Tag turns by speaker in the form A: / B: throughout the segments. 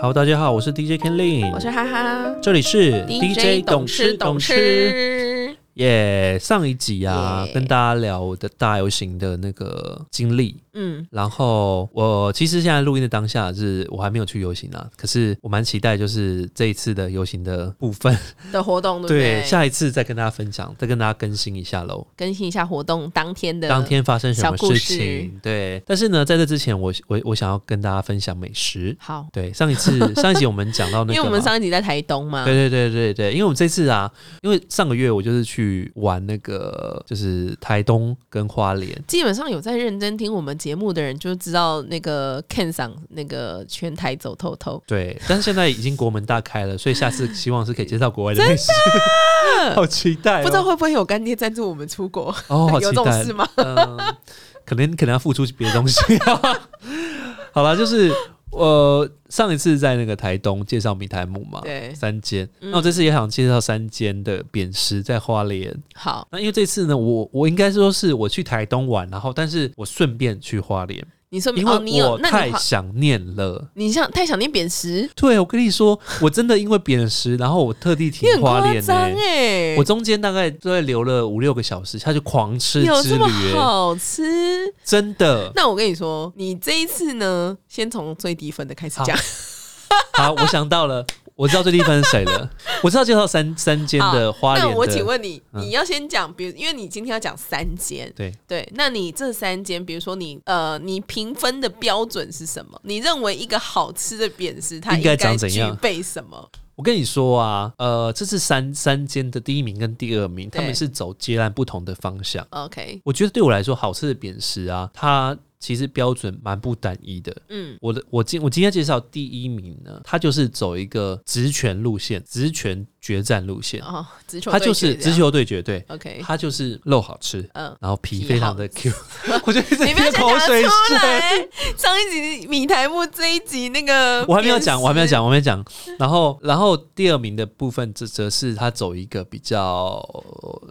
A: Hello，大家好，我是 DJ Ken Lin，
B: 我是哈哈
A: 这里是
B: 懂吃懂
A: 吃
B: 吃，
A: 耶。上一集啊，
B: 耶
A: 跟大家聊我的大游行的那个经历。
B: 嗯，
A: 然后我其实现在录音的当下是我还没有去游行啊，可是我蛮期待就是这一次的游行的部分，
B: 的活动对不
A: 对，
B: 对？
A: 下一次再跟大家分享，再跟大家更新一下喽。
B: 更新一下活动当天的
A: 当天发生什么
B: 小故
A: 事
B: 事
A: 情？对，但是呢，在这之前我，我我想要跟大家分享美食。
B: 好，
A: 对，上一次上一集我们讲到那个嘛，
B: 因为我们上一集在台东嘛，
A: 对对对对对，因为我们这次啊，因为上个月我就是去玩那个，就是台东跟花莲，
B: 基本上有在认真听我们节目的人就知道那个 Ken 桑那个全台走透透，
A: 对，但是现在已经国门大开了，所以下次希望是可以介绍国外的 美食，好期待、哦，
B: 不知道会不会有干爹赞助我们出国？
A: 哦，好期
B: 有这种
A: 待
B: 事，吗？
A: 嗯，可能可能要付出别的东西。啊 好了，就是呃，上一次在那个台东介绍米苔木嘛，
B: 对，
A: 三间，
B: 嗯
A: 那我这次也想介绍三间的扁食在花莲。
B: 好，
A: 那因为这次呢，我我应该说是我去台东玩，然后但是我顺便去花莲，
B: 你说
A: 因
B: 哦，你
A: 为
B: 有
A: 我
B: 那
A: 太
B: 你花
A: 想念了。
B: 你像太想念扁食，
A: 对，我跟你说，我真的因为扁食，然后我特地
B: 你
A: 停
B: 很
A: 花
B: 夸
A: 莲呢、
B: 张哎，
A: 我中间大概都在留了五六个小时，他就狂吃
B: 有
A: 之
B: 这
A: 旅
B: 么
A: 欸、
B: 好吃？
A: 真的。
B: 那我跟你说，你这一次呢，先从最低分的开始讲。
A: 好，我想到了，我知道最低分是谁 了，我知道介绍三三间的花
B: 那
A: 莲
B: 我请
A: 的，
B: 问你，
A: 嗯
B: 你要先讲，比如因为你今天要讲三间，
A: 对
B: 对，那你这三间，比如说你呃，你评分的标准是什么？你认为一个好吃的扁食，它
A: 应该长怎
B: 具
A: 样
B: 备什么？
A: 我跟你说啊，呃，这是三三间的第一名跟第二名，他
B: 对
A: 们是走截然不同的方向。
B: OK，
A: 我觉得对我来说，好吃的扁食啊，它其实标准蛮不单一的。
B: 嗯，
A: 我的我今我今天介绍第一名呢，它就是走一个直拳路线，直拳决战路线，啊
B: 哦，直球
A: 它
B: 对
A: 就
B: 决
A: 是
B: 这
A: 直
B: 样
A: 球对决，对，
B: OK，
A: 它就是肉好吃，
B: 嗯。
A: 然后皮
B: 皮
A: 非常
B: 好
A: 的 Q，我 觉得哎这
B: 你不要
A: 些
B: 讲
A: 口水
B: 出
A: 声。
B: 来。上一集米台木，这一集那个
A: 我还没有讲，
B: 扁食
A: 我还没有。讲，我还没有讲。然后，然后第二名的部分，这则是它走一个比较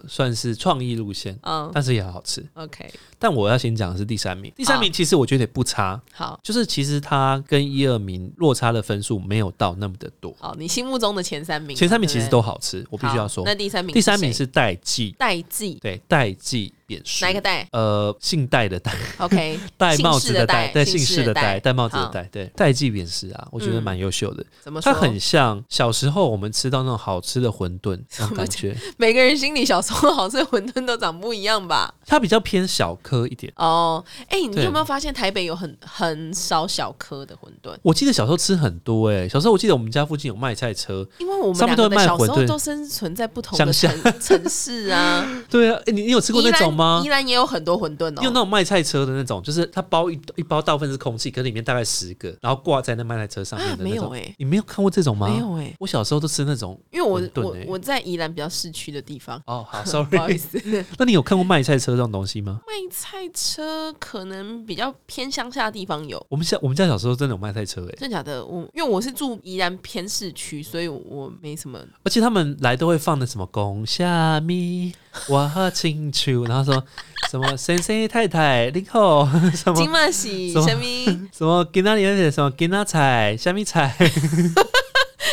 A: 算是创意路线，
B: 嗯
A: 但是也很好吃。
B: ，OK，
A: 但我要先讲的是第三名，
B: 啊
A: 第三名其实我觉得也不差，
B: 好
A: 就是其实它跟一二名落差的分数没有到那么的多。
B: 好，你心目中的前三名嘛，
A: 前三名
B: 对
A: 其实
B: 不对
A: 都好吃，我必须要
B: 好
A: 说。
B: 那第三名谁，
A: 第三名是代记，
B: 代记，
A: 对，代记扁食
B: 哪一。个代
A: 呃，姓戴的戴，
B: ？OK，
A: 戴帽
B: 姓
A: 子
B: 氏的
A: 戴，
B: 戴
A: 戴
B: 姓
A: 姓
B: 氏
A: 氏
B: 的
A: 的戴，
B: 戴
A: 戴帽子的
B: 好
A: 戴，对，代记扁食啊，我觉得
B: 嗯
A: 蛮优秀的。
B: 怎么说？
A: 它很像小时候我们吃到那种好吃的馄饨那种感觉，
B: 每个人心里小时候好吃的馄饨都长不一样吧？
A: 它比较偏小颗一点。
B: 哦，哎，你
A: 对
B: 有没有发现台北有很很少小颗的馄饨？
A: 我记得小时候吃很多哎、小时候我记得我们家附近有卖菜车，
B: 因为我
A: 上面
B: 们两
A: 都会
B: 个的
A: 卖
B: 小时
A: 馄
B: 候
A: 饨
B: 都生存在不同的
A: 乡
B: 城 城市啊。
A: 对啊，欸你你有吃过那种吗
B: 宜？兰也有很多馄饨
A: 你有
B: 哦。
A: 那种卖菜车的那种，就是它包一一包大部分是空气，可是里面大概十个，然后挂在那卖菜车上面的
B: 没
A: 那
B: 有
A: 种。
B: 哎，
A: 你没有看过这种吗？
B: 没。有哎，
A: 我小时候都吃那种。
B: 因为我
A: 馄饨
B: 我
A: 欸
B: 我在宜兰比较市区的地 方，
A: 哦， 好
B: 不好意
A: ，sorry。
B: 思，
A: 那你有看过卖菜车这种东西吗？
B: 卖菜车可能比较偏乡下的地方有。
A: 我们家我们家小时候真的有卖菜车哎、
B: 真假的？我因为我是住宜兰偏市区，所以我没什么。
A: 而且他们来都会放的什么“拱下咪我清楚”，然后 说什么“先生太太你好”， 什
B: 金
A: 么
B: 曼喜
A: 什么
B: 什么？
A: 什么“给那里有点什么给那菜虾米菜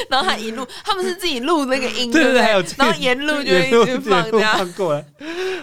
B: 然后他一路，他们是自己录那个”，音，
A: 对
B: 不
A: 对，还有
B: 然后沿路就会一直放这样，
A: 放过来，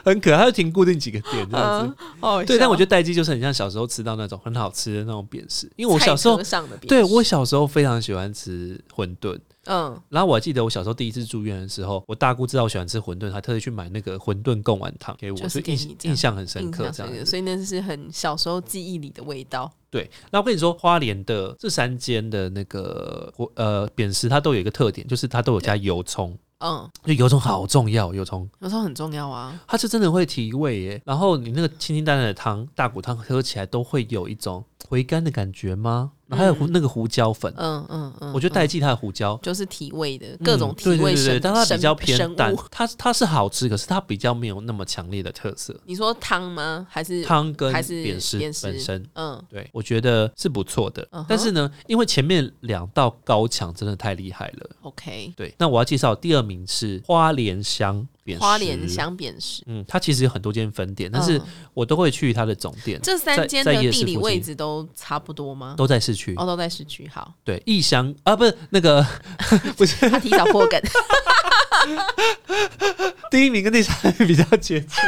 A: 很可爱，它就停固定几个点这样子
B: 嗯。，哦，
A: 对，但我觉得代记就是很像小时候吃到那种很好吃的那种扁食，因为我小时候
B: 上的扁食
A: 对我小时候非常喜欢吃馄饨。
B: 嗯
A: 然后我还记得我小时候第一次住院的时候，我大姑知道我喜欢吃馄饨，还特地去买那个馄饨贡丸汤给我，
B: 就是
A: 所以
B: 给
A: 印
B: 你这样
A: 印象很深
B: 印
A: 刻
B: 象
A: 这
B: 深
A: 样
B: 刻，
A: 子。
B: 所以那是很小时候记忆里的味道。
A: 对，那我跟你说，花莲的这三间的那个火呃扁食，它都有一个特点，就是它都有加油葱，
B: 嗯，
A: 就油葱好重要，油葱
B: 有时候很重要啊。
A: 它是真的会提味耶。然后你那个清清淡淡的汤，大骨汤喝起来都会有一种回甘的感觉吗？然后还有胡那个胡椒粉，啊
B: 嗯嗯嗯，
A: 我就代记它的胡椒，
B: 嗯就是提味的各种
A: 嗯
B: 提
A: 对对
B: 味
A: 对
B: 生
A: 对，但它比较
B: 生
A: 偏
B: 物
A: 淡，它它是好吃，可是它比较没有那么强烈的特色。
B: 你说汤吗？还是
A: 汤跟
B: 还是
A: 扁食
B: 扁食
A: 本身，
B: 嗯
A: 对我觉得是不错的。
B: 嗯哼
A: 但是呢，因为前面两道高墙真的太厉害了，
B: ？OK，
A: 对。那我要介绍第二名是花莲香扁食、
B: 花莲香扁食，
A: 嗯，它其实有很多间分店，但是
B: 嗯
A: 我都会去它的总店，
B: 这
A: 在
B: 三间
A: 在
B: 的
A: 夜市
B: 地理
A: 附近
B: 位置都差不多吗？
A: 都在市区。
B: 哦，都在市区。好，
A: 对，异乡啊，不是那个 不是
B: 他提早破梗，
A: 第一名跟第三名比较接近，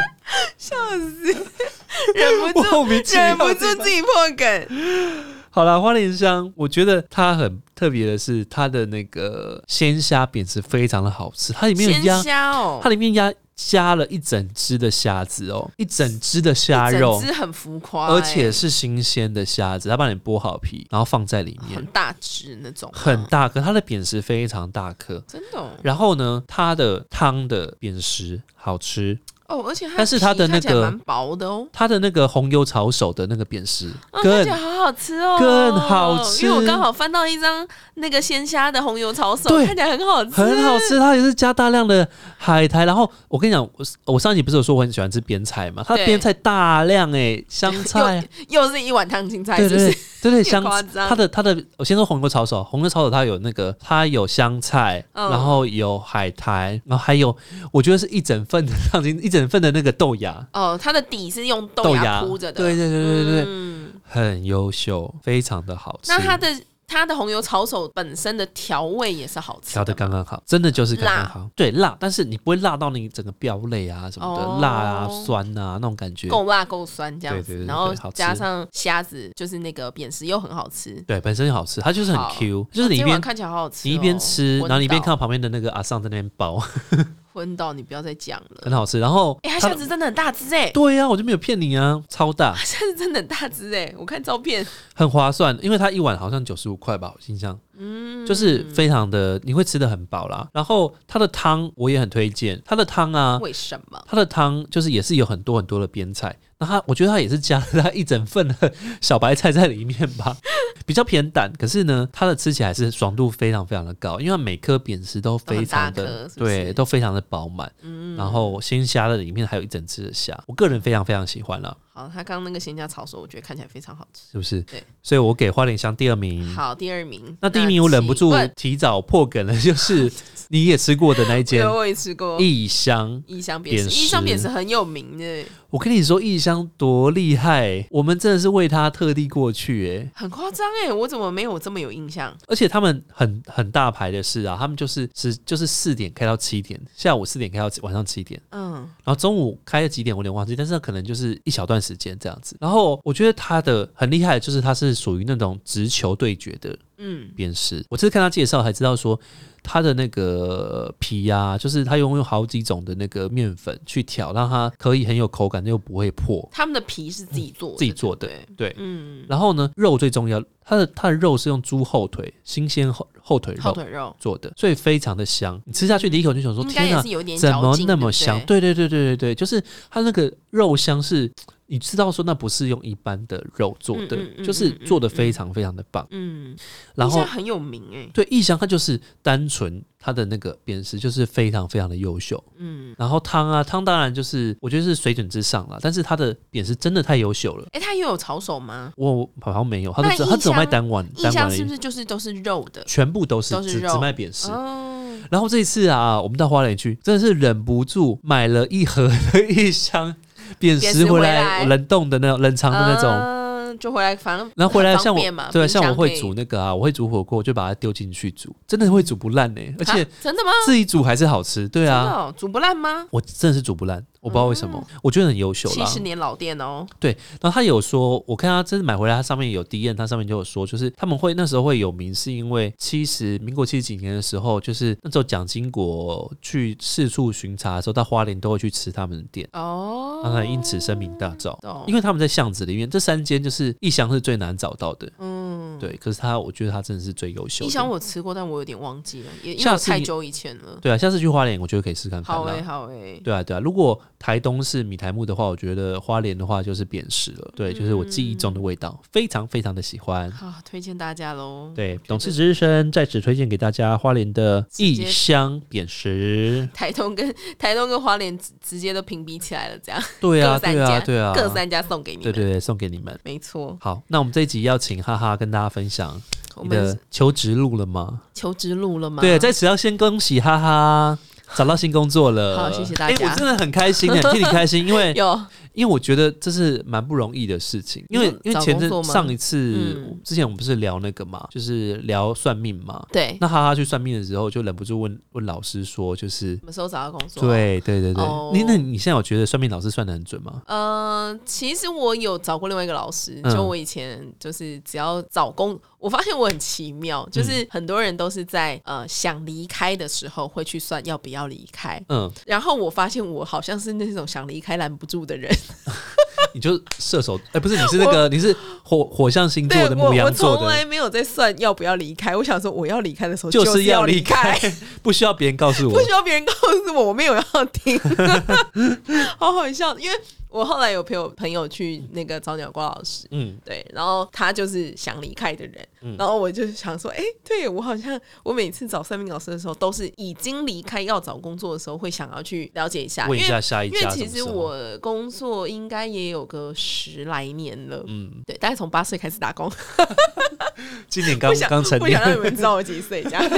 B: 忍哎不 住
A: 莫名其妙
B: 忍不住自己破梗。
A: 好啦，花莲香，我觉得它很特别的是，它的那个鲜虾扁食非常的好吃，它里面有
B: 鲜
A: 鸭，
B: 虾哦
A: 它，里面鸭加了一整只的虾子哦，一整只的虾肉
B: 整，只很浮夸欸，
A: 而且是新鲜的虾子，它帮你剥好皮，然后放在里
B: 很
A: 面，
B: 大只那种，
A: 很，大颗，它的扁食非常大颗。
B: 真的哦
A: 然后呢，它的汤的扁食好吃，
B: 哦，而且它
A: 但是它的
B: 皮看
A: 那
B: 起来
A: 个
B: 蛮薄的哦，
A: 它的那个红油炒手的那个扁食
B: 啊，看
A: 更
B: 起来好好吃哦，
A: 更好吃
B: 因为我刚好翻到一张那个鲜虾的红油抄手，
A: 对
B: 看起来很好吃，
A: 很好吃，它也是加大量的海苔。然后我跟你讲，我我上一集不是有说我很喜欢吃边菜嘛？它的
B: 对
A: 边菜大量哎、香菜，
B: 又是一碗烫青菜，
A: 对
B: 是
A: 对
B: 不
A: 对
B: 是？
A: 对 对，
B: 有
A: 香
B: 夸张
A: 它的它的，我先说红油抄手，红油抄手它有那个，它有香菜，
B: 嗯
A: 然后有海苔，然后还有我觉得是一整份的 烫金，一整份的那个豆芽，
B: 哦，它的底是用豆
A: 豆
B: 芽铺着的，
A: 对对对对对，
B: 嗯，
A: 很优秀，非常的好吃。
B: 那它的它的红油抄手本身的调味也是好吃
A: 调的
B: 的
A: 刚刚好，真的就是刚刚
B: 辣
A: 好，对辣，但是你不会辣到你整个飙泪啊什么的，
B: 哦
A: 辣啊酸啊那种感觉，
B: 够辣够酸这样
A: 对对对
B: 子，
A: 对
B: 然后
A: 好吃
B: 加上虾子，就是那个扁食又很好吃，
A: 对，本身就好吃，它就是很
B: 好
A: Q，就是你一
B: 啊这
A: 边、
B: 碗看起来好好吃哦，
A: 你一边吃，
B: 昏
A: 然后你一边
B: 倒
A: 看到旁边的那个阿尚在那边包，
B: 昏倒，你不要再讲
A: 很
B: 了。
A: 好吃。然后
B: 哎，它
A: 它
B: 虾子真的很大只哎，
A: 对呀、我就没有骗你啊，超大，
B: 它虾子真的很大只哎，我看照片，
A: 很划算，因为它一碗好像九十五块吧，我印象，
B: 嗯，
A: 就是非常的，你会吃的很饱啦。然后它的汤我也很推荐，它的汤啊，
B: 为什么？
A: 它的汤就是也是有很多很多的边菜，那它我觉得它也是加了它一整份的小白菜在里面吧， 比较偏淡，可是呢，它的吃起来是爽度非常非常的高，因为它每颗扁食都非常
B: 哦都
A: 的
B: 很大颗是不是嗯
A: 对，都非常的饱满，然后鲜虾的里面还有一整只的虾，我个人非常非常喜欢啦，
B: 好，它刚刚那个咸虾炒手，我觉得看起来非常好吃。
A: 是不是？
B: 对，
A: 所以我给花莲香第二名。
B: 好，第二名，
A: 嗯那第一名我忍不
B: 请
A: 住
B: 问
A: 提早破梗了，就是你也吃过的那一间
B: 对，我也吃过
A: 异香
B: 异香扁食，
A: 扁食
B: 异香扁食很有名的，欸
A: 我跟你说，异乡多厉害，我们真的是为他特地过去诶、
B: 很夸张哎，我怎么没有这么有印象？
A: 而且他们很很大牌的是啊，他们就是是就是四点开到七点，下午四点开到晚上七点，
B: 嗯，
A: 然后中午开了几点我有点忘记，但是可能就是一小段时间这样子。然后我觉得他的很厉害，就是他是属于那种直球对决的
B: 嗯，
A: 辨识。我这次看他介绍才知道说，他的那个皮啊，就是他用用好几种的那个面粉去调，让它可以很有口感，又不会破。
B: 他们的皮是自己做的，
A: 自己做的
B: 对不对，
A: 对，
B: 嗯，
A: 然后呢，肉最重要，它的它的肉是用猪后腿，新鲜后后腿
B: 后
A: 肉
B: 腿肉
A: 做的，所以非常的香。你吃下去第一口就想说，
B: 应该
A: 天
B: 也
A: 哪
B: 是，有点
A: 怎
B: 嚼
A: 么
B: 劲
A: 那么香？，
B: 对
A: 对对对对对对，就是它那个肉香是，你知道说那不是用一般的肉做的，
B: 嗯嗯嗯
A: 就是做的
B: 嗯嗯
A: 非常非常的棒。
B: 不对嗯，
A: 然
B: 异
A: 后
B: 香很有名哎，
A: 对异香，它就是单纯它的那个扁食就是非常非常的优秀。
B: 嗯，
A: 然后汤啊汤当然就是我觉得是水准之上了，但是它的扁食真的太优秀了。
B: 哎，它也有炒手吗？
A: 我好像没有，他
B: 那
A: 都只他
B: 异
A: 只有卖
B: 乡
A: 单碗，
B: 异
A: 单碗
B: 香
A: 而
B: 是
A: 已
B: 不，是就是都是肉的？
A: 全部都是
B: 都是
A: 只只
B: 肉
A: 卖扁食。
B: 哦，
A: 然后这一次啊，我们到花莲去，真的是忍不住买了一盒的一箱扁
B: 扁
A: 食
B: 食
A: 回
B: 回
A: 来，
B: 来
A: 冷冻的那种冷藏的那种。
B: 种，呃就回来反正
A: 然后回来
B: 很
A: 像
B: 方
A: 我
B: 便嘛，
A: 对
B: 冰
A: 像我
B: 箱可
A: 会
B: 以
A: 煮那个啊，我会煮火锅，我就把它丢进去煮，真的会煮不烂呢、而且
B: 啊真的吗？
A: 自己煮还是好吃。对
B: 真
A: 啊，
B: 的哦嗯煮不烂吗？
A: 我真的是煮不烂，我不知道为什么，我觉得很优秀
B: 七
A: 啦。
B: 十年老店哦，
A: 然后他有说，我看他真的买回来，他上面有 D N，他上面就有说，就是他们会那时候会有名，是因为七十民国七十几年的时候，就是那时候蒋经国去四处巡查的时候，到花莲都会去吃他们的店，
B: 哦，
A: 当然因此声名大噪。
B: 懂
A: 因为他们在巷子里面，这三间就是异乡是最难找到的，
B: 嗯，
A: 对。可是他，我觉得他真的是最优秀
B: 异香
A: 的。
B: 我吃过，但我有点忘记了，也因为
A: 下
B: 我
A: 次你啊
B: 太久以前了。
A: 对啊，下次去花莲，我觉得可以试看看
B: 好欸诶、
A: 啦。
B: 好诶、
A: 对啊，对啊。如果台东是米苔木的话，我觉得花莲的话就是扁食了。对，就是我记忆中的味道，非常非常的喜欢。
B: 好，推荐大家喽。
A: 对，董事之声在此推荐给大家花莲的异乡扁食。
B: 台东跟台东跟花莲直直接都屏蔽起来了，这样、
A: 对啊，
B: 各三
A: 对
B: 家、
A: 啊，对啊，
B: 各三家送给你
A: 对
B: 们。
A: 对对，送给你们。
B: 没错，
A: 好，那我们这一集要请哈哈跟大家分享
B: 我
A: 你
B: 们
A: 的求职路了吗？
B: 求职录了吗？
A: 对，在此要先恭喜哈哈，找到新工作了。
B: 好谢谢大
A: 哎
B: 家
A: 我真的很开 心欸，替你开心，因为
B: 有
A: 因为我觉得这是蛮不容易的事情，因为因
B: 你说
A: 为
B: 找
A: 前
B: 工
A: 阵
B: 作吗
A: 上一次、
B: 嗯
A: 之前我们不是聊那个嘛，就是聊算命嘛。
B: 对，
A: 那哈哈去算命的时候，就忍不住问问老师说，就是
B: 什么时候找到工作？，
A: 对对对对，
B: 啊哦
A: 你那你现在有觉得算命老师算的很准吗？
B: 呃，其实我有找过另外一个老师，
A: 嗯
B: 就我以前就是只要找工，我发现我很奇妙，
A: 嗯
B: 就是很多人都是在呃想离开的时候会去算要不要离开，
A: 嗯，
B: 然后我发现我好像是那种想离开拦不住的人，
A: 你就射手，哎、不是，你是那个你是火火象星座
B: 对
A: 的
B: 我
A: 牧
B: 我
A: 羊座
B: 从
A: 的，
B: 来没有在算要不要离开，我想说我要离开的时候
A: 就
B: 就
A: 是
B: 是
A: 要
B: 离
A: 离开，，不需要别人告诉我
B: 不。需要别人告诉我，我没有要听， 好好笑，因为我后来有朋友朋友去那个找鸟瓜老师。
A: 嗯，
B: 对，然后他就是想离开的人，然后我就想说，哎、对我好像我每次找算命老师的时候，都是已经离开要找工作的时候，会想要去了解一下，
A: 问一
B: 因
A: 下
B: 为
A: 下一
B: 啊因
A: 家
B: 为
A: 什
B: 其
A: 么
B: 实
A: 时候
B: 我工作应该也有个十来年了，
A: 嗯，
B: 对，大概从八岁开始打工，
A: 今年刚
B: 不想
A: 刚成
B: 不
A: 年
B: 想，让你们知道我几岁， 这样。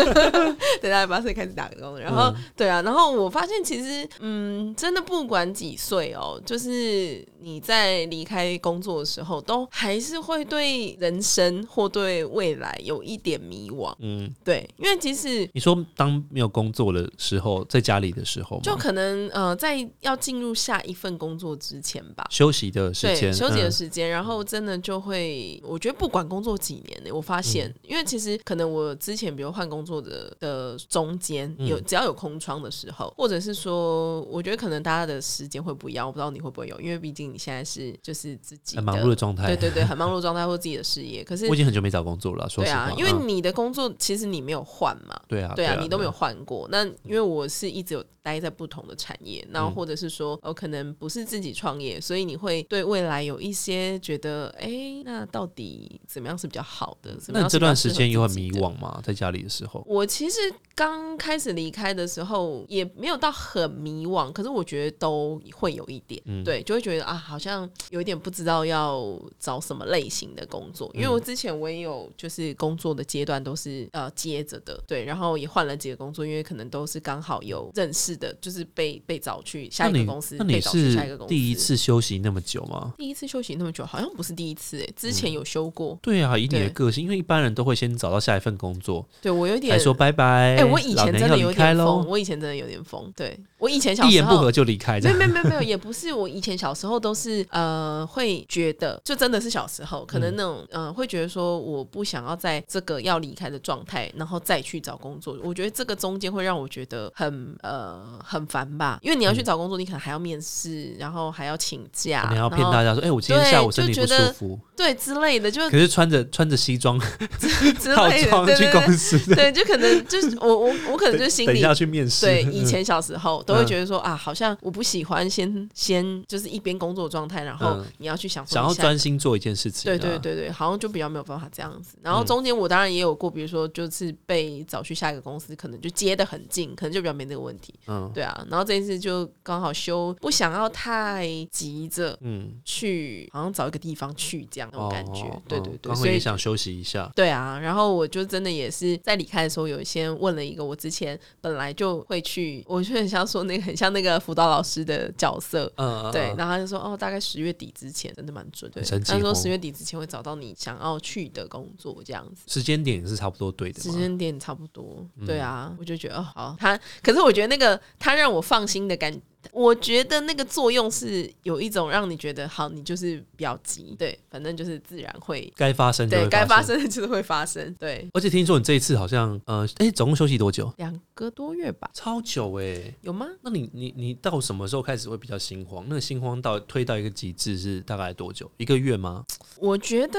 B: 对，大概八岁开始打工，然
A: 嗯
B: 后、对啊，然后我发现其实，嗯，真的不管几岁哦，就是你在离开工作的时候，都还是会对人生或对未来有一点迷惘。
A: 嗯，
B: 对，因为即使
A: 你说当没有工作的时候，在家里的时候吗，
B: 就可能呃，在要进入下一份工作之前吧。
A: 休息的时
B: 对，
A: 间，
B: 休息的
A: 嗯
B: 时间，然后真的就会，我觉得不管工作几年欸呢、我发现，
A: 嗯
B: 因为其实可能我之前比如换工作的的中间有
A: 嗯
B: 只要有空窗的时候，或者是说，我觉得可能大家的时间会不一样，我不知道你会不会有，因为毕竟你现在是就是自己
A: 很忙碌的状
B: 对
A: 态。
B: 对对，很忙碌的状态或自己的事业，可是
A: 我已经很久没找工作了，说
B: 对
A: 实话
B: 啊，，因为
A: 嗯
B: 你的工作其实你没有换嘛，
A: 对啊，
B: 对啊，你都没
A: 有，
B: 有换过。那因为我是一直有待在不同的产业，然后或者是说，
A: 嗯
B: 哦，可能不是自己创业，所以你会对未来有一些觉得，哎、那到底怎么样是比较好的？怎
A: 那
B: 么样
A: 你
B: 是
A: 这
B: 比较
A: 段
B: 适
A: 时
B: 合
A: 间有很
B: 自己
A: 迷
B: 的。
A: 惘吗？在家里的时候，
B: 我其实刚开始离开的时候，也没有到很迷惘，可是我觉得都会有一点，
A: 嗯
B: 对，就会觉得啊，好像有一点不知道要找什么类型的工作，因为我
A: 嗯
B: 之前我也有就是工作的阶段都是呃接着的，对，然后也换了几个工作，因为可能都是刚好有认识的，就是被被找去下
A: 那
B: 一个
A: 你
B: 公司，
A: 那
B: 被
A: 你
B: 找去
A: 是
B: 下一个公司。
A: 第一次休息那么久吗？
B: 第一次休息那么久，好像不是第一次诶、之
A: 嗯
B: 前有休过，
A: 对啊，以你的
B: 对
A: 个性，因为一般人都会先找到下一份工作，
B: 对我有点
A: 才说拜拜。
B: 哎、我以
A: 老
B: 前
A: 娘
B: 真
A: 要
B: 的
A: 离
B: 有
A: 开
B: 点疯，
A: 喽，
B: 我以前真的有点疯。对我以前小时候
A: 一言不合就离开，这
B: 没
A: 样
B: 有没有没有没有，也不是我以前小时候都是呃会觉得，就真的是小时候，可能那种嗯、呃、会觉得说我不想要在这个要离开的状态，然后再去找工作。我觉得这个中间会让我觉得很呃很烦吧，因为你要去找工作，你可能还要面试，然后还要请假，
A: 你
B: 然
A: 要
B: 后
A: 骗大家说，哎，我今天
B: 对
A: 下午身
B: 就
A: 体不
B: 觉得
A: 舒服，
B: 对之类 的，就
A: 可是穿着穿着西装
B: 之
A: 套
B: 类的，
A: 装
B: 对
A: 去
B: 对
A: 公
B: 对。
A: 司，
B: 对，就可能就是我我我可能就心
A: 等一
B: 里
A: 下去面试。
B: 对，以前小时候
A: 嗯
B: 都会觉得说、啊，好像我不喜欢先先就是一边工作状态，然后
A: 嗯
B: 你要去想说
A: 想要
B: 你下
A: 专心做一件事情啊，
B: 对对对对，好像就比较没有办法这样子。
A: 嗯
B: 然后中间我当然也有过，比如说就是被找去下一个公司，可能就接的很近，可能就比较没这个问题。
A: 嗯
B: 对啊，然后这一次就刚好休，不想要太急着
A: 嗯，
B: 去，好像找一个地方去这样那种感觉。
A: 哦
B: 对
A: 嗯
B: 对对，
A: 刚好
B: 所
A: 也
B: 以
A: 想休息一下，
B: 对啊，然后我就真的也是在离开的时候，有先问了一个我之前本来就会去，我就很像说那个很像那个辅导老师的角色。
A: 嗯，嗯
B: 对，
A: 嗯
B: 然后他就说哦，大概十月底之前，真的蛮准。对，
A: 很神奇
B: 他说
A: 哦
B: 十月底之前会找到你想要去的工作，这样子，
A: 时间点也是差不多对嗯的
B: 时
A: 嘛。
B: 间点差不多。对啊，我就觉得哦，好，他可是我觉得那个他让我放心的感，我觉得那个作用是有一种让你觉得好，你就是比较急，对，反正就是自然会，
A: 该发生就
B: 对
A: 会
B: 该发
A: 生。
B: 生的就是会发生，对，
A: 而且听说你这一次好像，呃，哎、总共休息多久？
B: 两个多月吧，
A: 超久哎、
B: 有吗？
A: 那你你你到什么时候开始会比较心慌？那个心慌到推到一个极致是大概多久？一个月 吗？
B: 我觉得，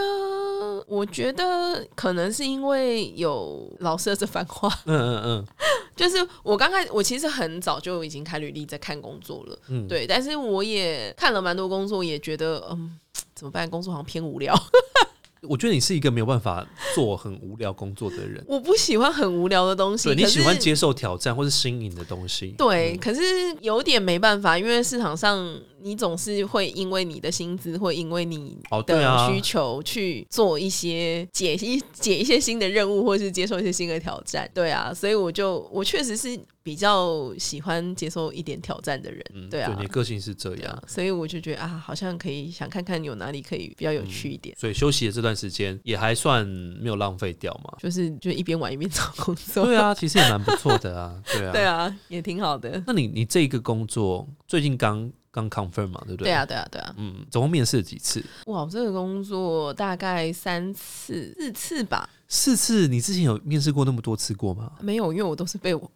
B: 我觉得可能是因为有老师的这番话，
A: 嗯嗯
B: 就是我刚开，我其实很早就已经开履历在看工作了，
A: 嗯
B: 对，但是我也看了蛮多工作，也觉得嗯。怎么办？工作好像偏无聊， ，
A: 嗯，我觉得你是一个没有办法做很无聊工作的人
B: 我不喜欢很无聊的东西。
A: 对你
B: 可
A: 喜
B: 是
A: 欢接受挑战或是新颖的东西。
B: 对，可是有点没办法，因为市场上你总是会因为你的薪资，会因为你
A: 哦对啊
B: 的需求去做一些解一解一些新的任务，或是接受一些新的挑战。对啊，所以我就我确实是比较喜欢接受一点挑战的人。
A: 嗯，
B: 对啊。
A: 你的个性是这
B: 对
A: 样
B: 啊，，所以我就觉得啊，好像可以想看看有哪里可以比较有趣一点，
A: 所以休息的这段时间也还算没有浪费掉 嘛。
B: 就是就一边玩一边找工作。
A: 啊对啊，其实也蛮不错的啊，对啊，
B: 对啊，也挺好的。
A: 那你你这一个工作最近刚刚 confirm 嘛，对不对？
B: 对啊，对啊，对啊！
A: 嗯，总共面试了几次？
B: 哇，我这个工作大概三次、四次吧，
A: 四次，你之前有面试过那么多次过吗？
B: 没有，因为我都是被我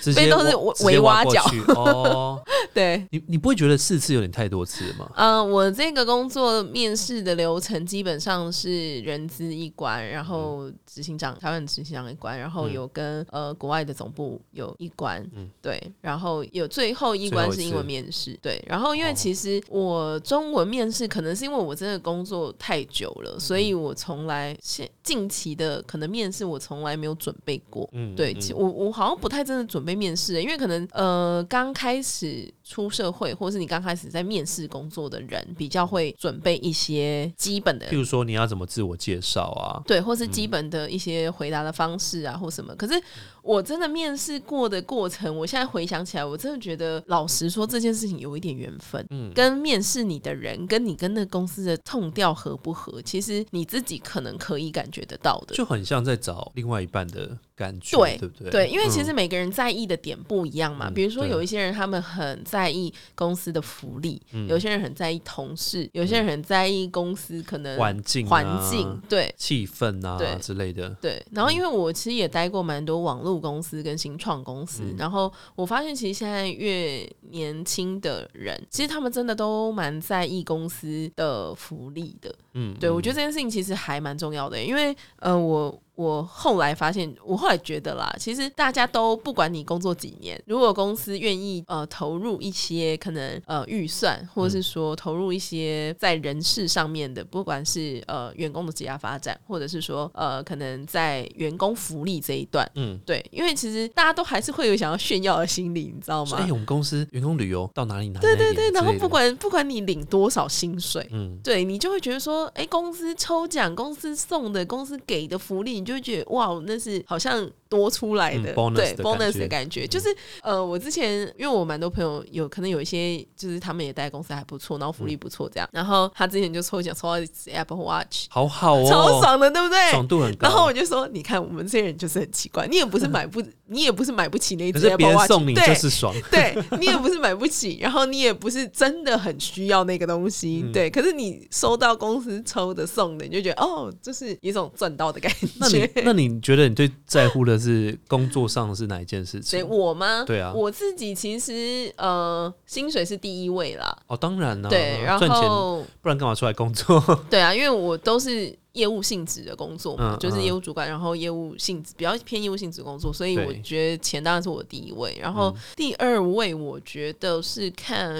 A: 直接
B: 都是
A: 挖
B: 围
A: 直接挖过
B: 围挖
A: 去哦。
B: 对，
A: 你你不会觉得四次有点太多次了吗？
B: 嗯、我这个工作面试的流程基本上是人资一关，然
A: 嗯
B: 后执行长、台湾执行长一关，然后有跟、呃国外的总部有一关，
A: 嗯
B: 对，然后有最后一
A: 最
B: 关
A: 后一
B: 是英
A: 次
B: 文面试，对，然后因为
A: 哦
B: 其实我中文面试可能是因为我真的工作太久了，所
A: 嗯
B: 以我从来现近期的可能面试我从来没有准备过，
A: 嗯，
B: 对，
A: 嗯
B: 其我我好像不太真的准备面试欸，因为可能呃刚开始出社会，或是你刚开始在面试工作的人，比较会准备一些基本的
A: 譬。如说你要怎么自我介绍啊？
B: 对，或是基本的一些回答的方式啊，或什么。可
A: 嗯
B: 是我真的面试过的过程，我现在回想起来，我真的觉得，老实说，这件事情有一点缘分。
A: 嗯
B: 跟面试你的人，跟你跟那公司的痛调合不合，其实你自己可能可以感觉得到的。
A: 就很像在找另外一半的感觉，
B: 对
A: 对不对？
B: 对，因为其
A: 嗯
B: 实每个人在意的点不一样嘛。
A: 嗯
B: 比如说，
A: 对
B: 有一些人他们很在意公司的福利，
A: 嗯
B: 有些人很在意同事，有些人很在意公司可能
A: 环境、啊
B: 环境。、对
A: 气氛啊
B: 对
A: 之类的，
B: 对，然
A: 嗯
B: 后因为我其实也待过蛮多网络公司跟新创公司，
A: 嗯
B: 然后我发现其实现在越年轻的人，其实他们真的都蛮在意公司的福利的。
A: 嗯，
B: 对，我
A: 嗯
B: 觉得这件事情其实还蛮重要的，因为呃，我我后来发现，我后来觉得啦，其实大家都不管你工作几年，如果公司愿意呃投入一些可能呃预算，
A: 嗯
B: 或者是说投入一些在人事上面的，不管是呃员工的职业发展，或者是说呃可能在员工福利这一段，
A: 嗯。
B: 对，因为其实大家都还是会有想要炫耀的心理，你知道
A: 说
B: 吗？
A: 哎、我们公司员工旅游到哪里哪里？对
B: 对对，然后不，管不管你领多少薪水，
A: 嗯，
B: 对你就会觉得说，哎、公司抽奖、公司送的、公司给的福利，你就会觉得哇，那是好像多出来的，
A: 嗯，bonus
B: 对
A: 的
B: bonus
A: 感觉嗯
B: 的感觉。就是呃，我之前因为我蛮多朋友有可能有一些就是他们也待公司还不错，然后福利
A: 嗯
B: 不错这样，然后他之前就抽奖抽到一只 Apple Watch，、
A: 好好哦，
B: 超，爽的，对不对？
A: 爽度很高。
B: 然后我就说，你看我们这些人就是很奇怪，你也不是买不，你也不是买不起那一
A: 可
B: 只
A: 是别
B: Apple
A: 人
B: Watch，
A: 送你
B: 对
A: 就是 爽，
B: 对你也不是买不起，然后你也不是真的很需要那个东西，
A: 嗯
B: 对。可是你收到公司抽的送的，你就觉得哦，就是一种赚到的感
A: 那你
B: 觉。
A: 那你觉得你最在乎的是工作上是哪一件事
B: 所以
A: 情？
B: 我吗？
A: 对啊
B: 我自己其实呃，薪水是第一位啦，
A: 哦，当然啦、
B: 对，然
A: 赚钱
B: 后
A: 不然干嘛出来工作？
B: 对啊，因为我都是业务性质的工作嘛，
A: 嗯
B: 就是业务主管，然后业务性质比较偏业务性质工作，所以
A: 对
B: 我觉得钱当然是我第一位，然后
A: 嗯
B: 第二位我觉得是看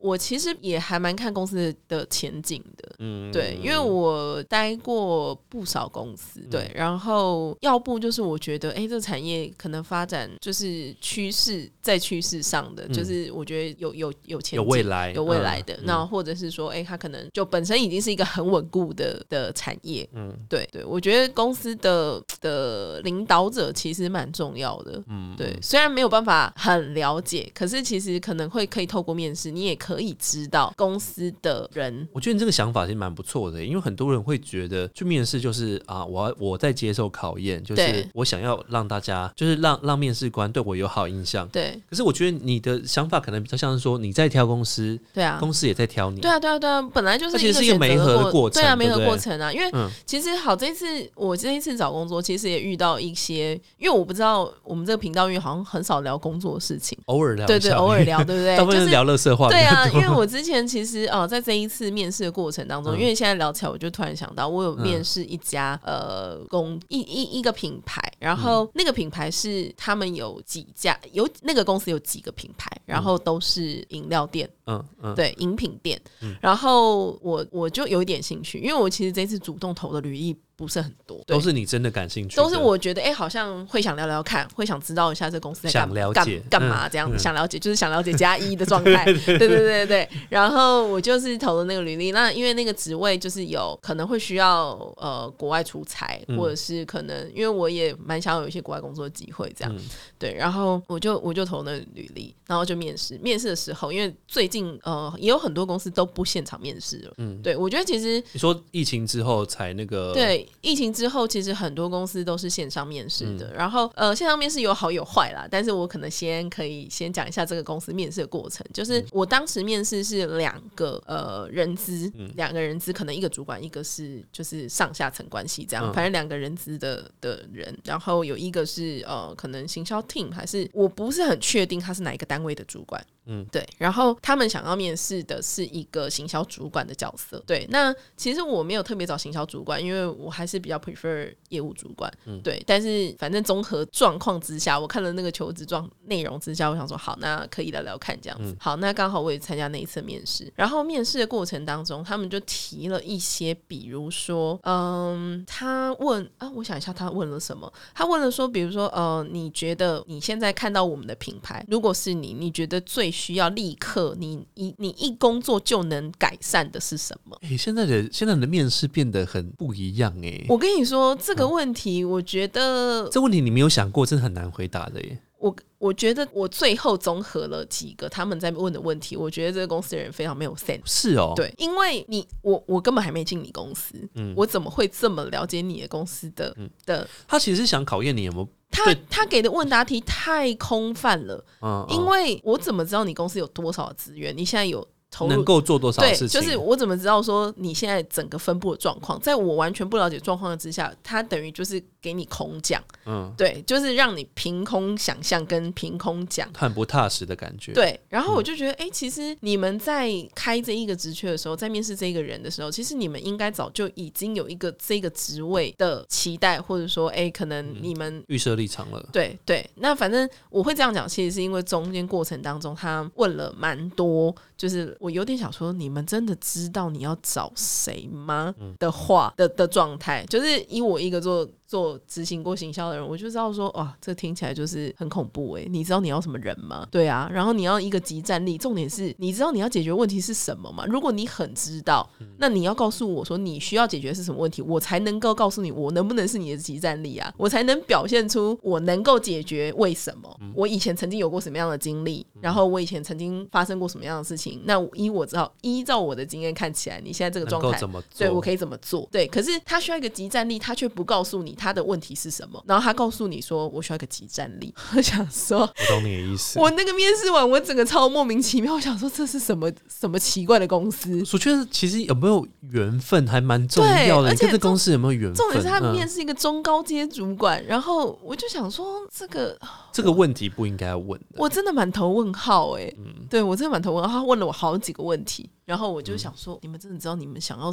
B: 我其实也还蛮看公司的前景的，
A: 嗯，
B: 对，因为我待过不少公司，
A: 嗯
B: 对，然后要不就是我觉得，哎、这个产业可能发展就是趋势在趋势上的，
A: 嗯
B: 就是我觉得有有有前景
A: 有未来，
B: 有未来的，
A: 嗯
B: 那或者是说，哎、它可能就本身已经是一个很稳固的的产业，
A: 嗯
B: 对对，我觉得公司的的领导者其实蛮重要的，
A: 嗯，嗯
B: 对，，虽然没有办法很了解，可是其实可能会可以透过面试，你也可以知道公司的人
A: 我觉得你这个想法其实蛮不错的，因为很多人会觉得去面试就是啊，我要我在接受考验，就是
B: 对
A: 我想要让大家，就是让让面试官对我有好印象。
B: 对
A: 可是我觉得你的想法可能比较像是说你在挑公司，
B: 对啊，
A: 公司也在挑你。
B: 对啊，对啊，对啊，本来就是
A: 它其实是一
B: 选
A: 个
B: 择
A: 媒合的
B: 的
A: 过
B: 对啊，
A: 程
B: 媒
A: 对
B: 合
A: 不对
B: 过程啊，因为
A: 嗯
B: 其实好，这一次我这一次找工作，其实也遇到一些，因为我不知道我们这个频道，因为好像很少聊工作的事情，
A: 偶尔聊一下，
B: 对对，偶 尔聊，对不对？
A: 大部分
B: 就是
A: 聊乐色话比
B: 对
A: 较
B: 啊，因
A: 多。
B: 为我之前其实哦，在这一次面试的过程当中，
A: 嗯
B: 因为现在聊起来，我就突然想到，我有
A: 嗯
B: 面试一家、呃公一一一个品牌，
A: 嗯
B: 然后那个品牌是他们有几家有那个公司有几个品牌，然后都是饮料店，
A: 嗯嗯，
B: 对饮品店。
A: 嗯
B: 然后我我就有一点兴趣，因为我其实这次主动投的履历不是很多，对
A: 都是你真的感兴趣的，
B: 都是我觉得哎、诶好像会想聊聊看，会想知道一下这公司在干
A: 想了
B: 干
A: 解
B: 干嘛这样子，
A: 嗯
B: 想了解就是想了解加一的状态，对对对对。然后我就是投了那个履历，那因为那个职位就是有可能会需要呃国外出差，
A: 嗯
B: 或者是可能因为我也蛮想要有一些国外工作机会这样，
A: 嗯
B: 对。然后我就我就投那个履历，然后就面试。面试的时候，因为最近呃也有很多公司都不现场面试了，
A: 嗯
B: 对我觉得其实
A: 你说疫情之后才那个，，
B: 对，疫情之后，其实很多公司都是线上面试的。然后，呃，线上面试有好有坏啦。但是我可能先可以先讲一下这个公司面试的过程。就是我当时面试是两个呃人资，两个人资，可能一个主管，一个是就是上下层关系这样。
A: 嗯
B: 反正两个人资的的人，然后有一个是呃可能行销 team，还是我不是很确定他是哪一个单位的主管。对，然后他们想要面试的是一个行销主管的角色。对，那其实我没有特别找行销主管，因为我还是比较 prefer 业务主管。对，但是反正综合状况之下，我看了那个求职状内容之下，我想说好，那可以聊聊看这样子。好，那刚好我也参加那一次面试，然后面试的过程当中，他们就提了一些，比如说，嗯，他问啊，我想一下，他问了什么？他问了说，比如说，呃，你觉得你现在看到我们的品牌，如果是你，你觉得最需要立刻你一你一工作就能改善的是什么？
A: 哎、现在的现在的面试变得很不一样哎、
B: 我跟你说这个问题，我觉得
A: 这问题你没有想过，真的很难回答的耶。
B: 我我觉得我最后综合了几个他们在问的问题，我觉得这个公司的人非常没有 sense。
A: 是哦，，嗯
B: 对，因为你我我根本还没进你公司，我怎么会这么了解你的公司的、的？
A: 他其实是想考验你有没有，
B: 他
A: 嗯对
B: 他给的问答题太空泛了，
A: 嗯，
B: 因为我怎么知道你公司有多少资源？你现在有投
A: 嗯
B: 入
A: 能够做多少
B: 对，
A: 事情，
B: 就是我怎么知道说你现在整个分布的状况？在我完全不了解状况之下，他等于就是给你空讲，
A: 嗯，
B: 对，就是让你凭空想象跟凭空讲。
A: 很不踏实的感觉。，
B: 对，然
A: 嗯
B: 后我就觉得，哎、其实你们在开这一个职缺的时候，在面试这一个人的时候，其实你们应该早就已经有一个这个职位的期待，或者说，哎、可能
A: 嗯
B: 你们
A: 预设立场了。
B: 对对，那反正我会这样讲，其实是因为中间过程当中，他问了蛮多，就是我有点想说，你们真的知道你要找谁吗？
A: 嗯
B: 的话的的状态，就是以我一个做做执行过行销的人，我就知道说，哇，这听起来就是很恐怖诶、你知道你要什么人吗？对啊，然后你要一个集战力，重点是你知道你要解决问题是什么吗？如果你很知道，
A: 嗯
B: 那你要告诉我说你需要解决是什么问题，我才能够告诉你我能不能是你的集战力啊，我才能表现出我能够解决为什么，
A: 嗯
B: 我以前曾经有过什么样的经历，然后我以前曾经发生过什么样的事情。那依我知道，依照我的经验看起来，你现在这个
A: 能
B: 状
A: 够
B: 态
A: 怎么做？
B: 对我可以怎么做？对，可是他需要一个集战力，他却不告诉你他的问题是什么，然后他告诉你说我需要一个集战力。 我想说，
A: 我懂你的意思。
B: 我那个面试完，我整个超莫名其妙，我想说这是什么什么奇怪的公司？
A: 我觉得其实有没有缘分还蛮重要的，你跟
B: 对而且
A: 这公司有没有缘分？
B: 重点是他
A: 嗯
B: 面试一个中高阶主管，然后我就想说这个
A: 这个问题不应该问的。
B: 我真的满头问号哎、
A: 嗯
B: 对我真的满头问号，他问了我好几个问题，然后我就想
A: 嗯
B: 说，你们真的知道你们想要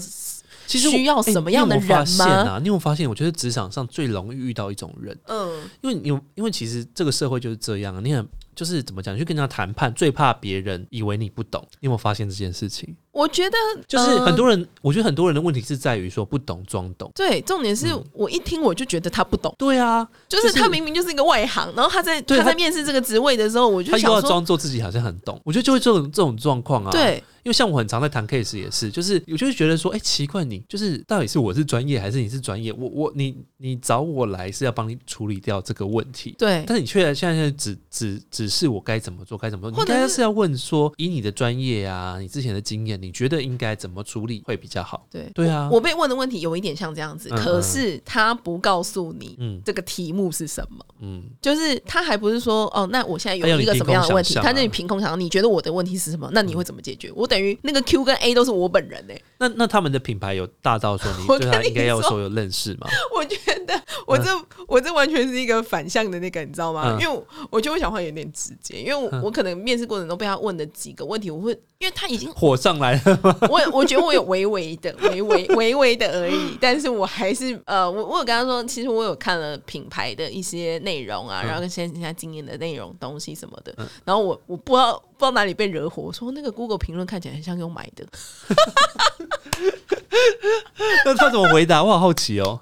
A: 其实我
B: 需要
A: 哎
B: 什么样的
A: 你有没有发
B: 人
A: 现
B: 吗
A: 啊？你有没有发现？我觉得职场上最容易遇到一种人，
B: 嗯
A: 因为你有，因为其实这个社会就是这样啊，你很就是怎么讲，去跟人家谈判，最怕别人以为你不懂。你有没有发现这件事情？
B: 我觉得
A: 就是
B: 嗯
A: 很多人，我觉得很多人的问题是在于说不懂装懂。
B: 对，重点是
A: 嗯
B: 我一听我就觉得他不懂，
A: 对啊，
B: 就是
A: 就是
B: 他明明就是一个外行，然后他在
A: 对
B: 他在
A: 他
B: 面试这个职位的时候，我就
A: 他又
B: 想
A: 要
B: 说，
A: 装作自己好像很懂，我觉得就会这种这种状况啊。，
B: 对
A: 因为像我很常在谈 case 也是，就是我就会觉得说，哎、奇怪你，就是到底是我是专业还是你是专业？我我你你找我来是要帮你处理掉这个问题。
B: 对
A: 但是你却现在指指指示我该怎么做，该怎么做？你
B: 或
A: 应
B: 者
A: 该
B: 是
A: 是要问说，以你的专业啊，你之前的经验，你觉得应该怎么处理会比较好？
B: 对。
A: 对啊，
B: 我被问的问题有一点像这样子，
A: 嗯
B: 可是他不告诉你
A: 嗯
B: 这个题目是什么，
A: 嗯，
B: 就是他还不是说哦，那我现在
A: 他要
B: 有
A: 你
B: 一个什么样的问
A: 凭
B: 题，
A: 空想象啊嗯
B: 他那你凭空想象，你觉得我的问题是什么？那你会怎么解决？我等于那个 Q 跟 A 都是我本人欸呢、
A: 那那他们的品牌有大到说你
B: 我
A: 对
B: 跟
A: 他
B: 你
A: 应该要
B: 说
A: 说有认识吗？
B: 我觉得
A: 嗯
B: 我这、我这完全是一个反向的那个，你知道吗？
A: 嗯
B: 因为我我觉得我讲话有点直接，因为我、
A: 嗯
B: 我可能面试过程中被他问的几个问题，我会因为他已经
A: 火上来了，
B: 我我觉得我有微微的、微微、微微的而已，但是我还是呃，我我有跟他说，其实我有看了品牌的一些内容啊，
A: 嗯
B: 然后跟现在现在经验的内容东西什么的，然后我我不知道不知道哪里被惹火，我说那个 Google 评论看起来很像用买的，
A: 那他怎么回答？我好好奇哦。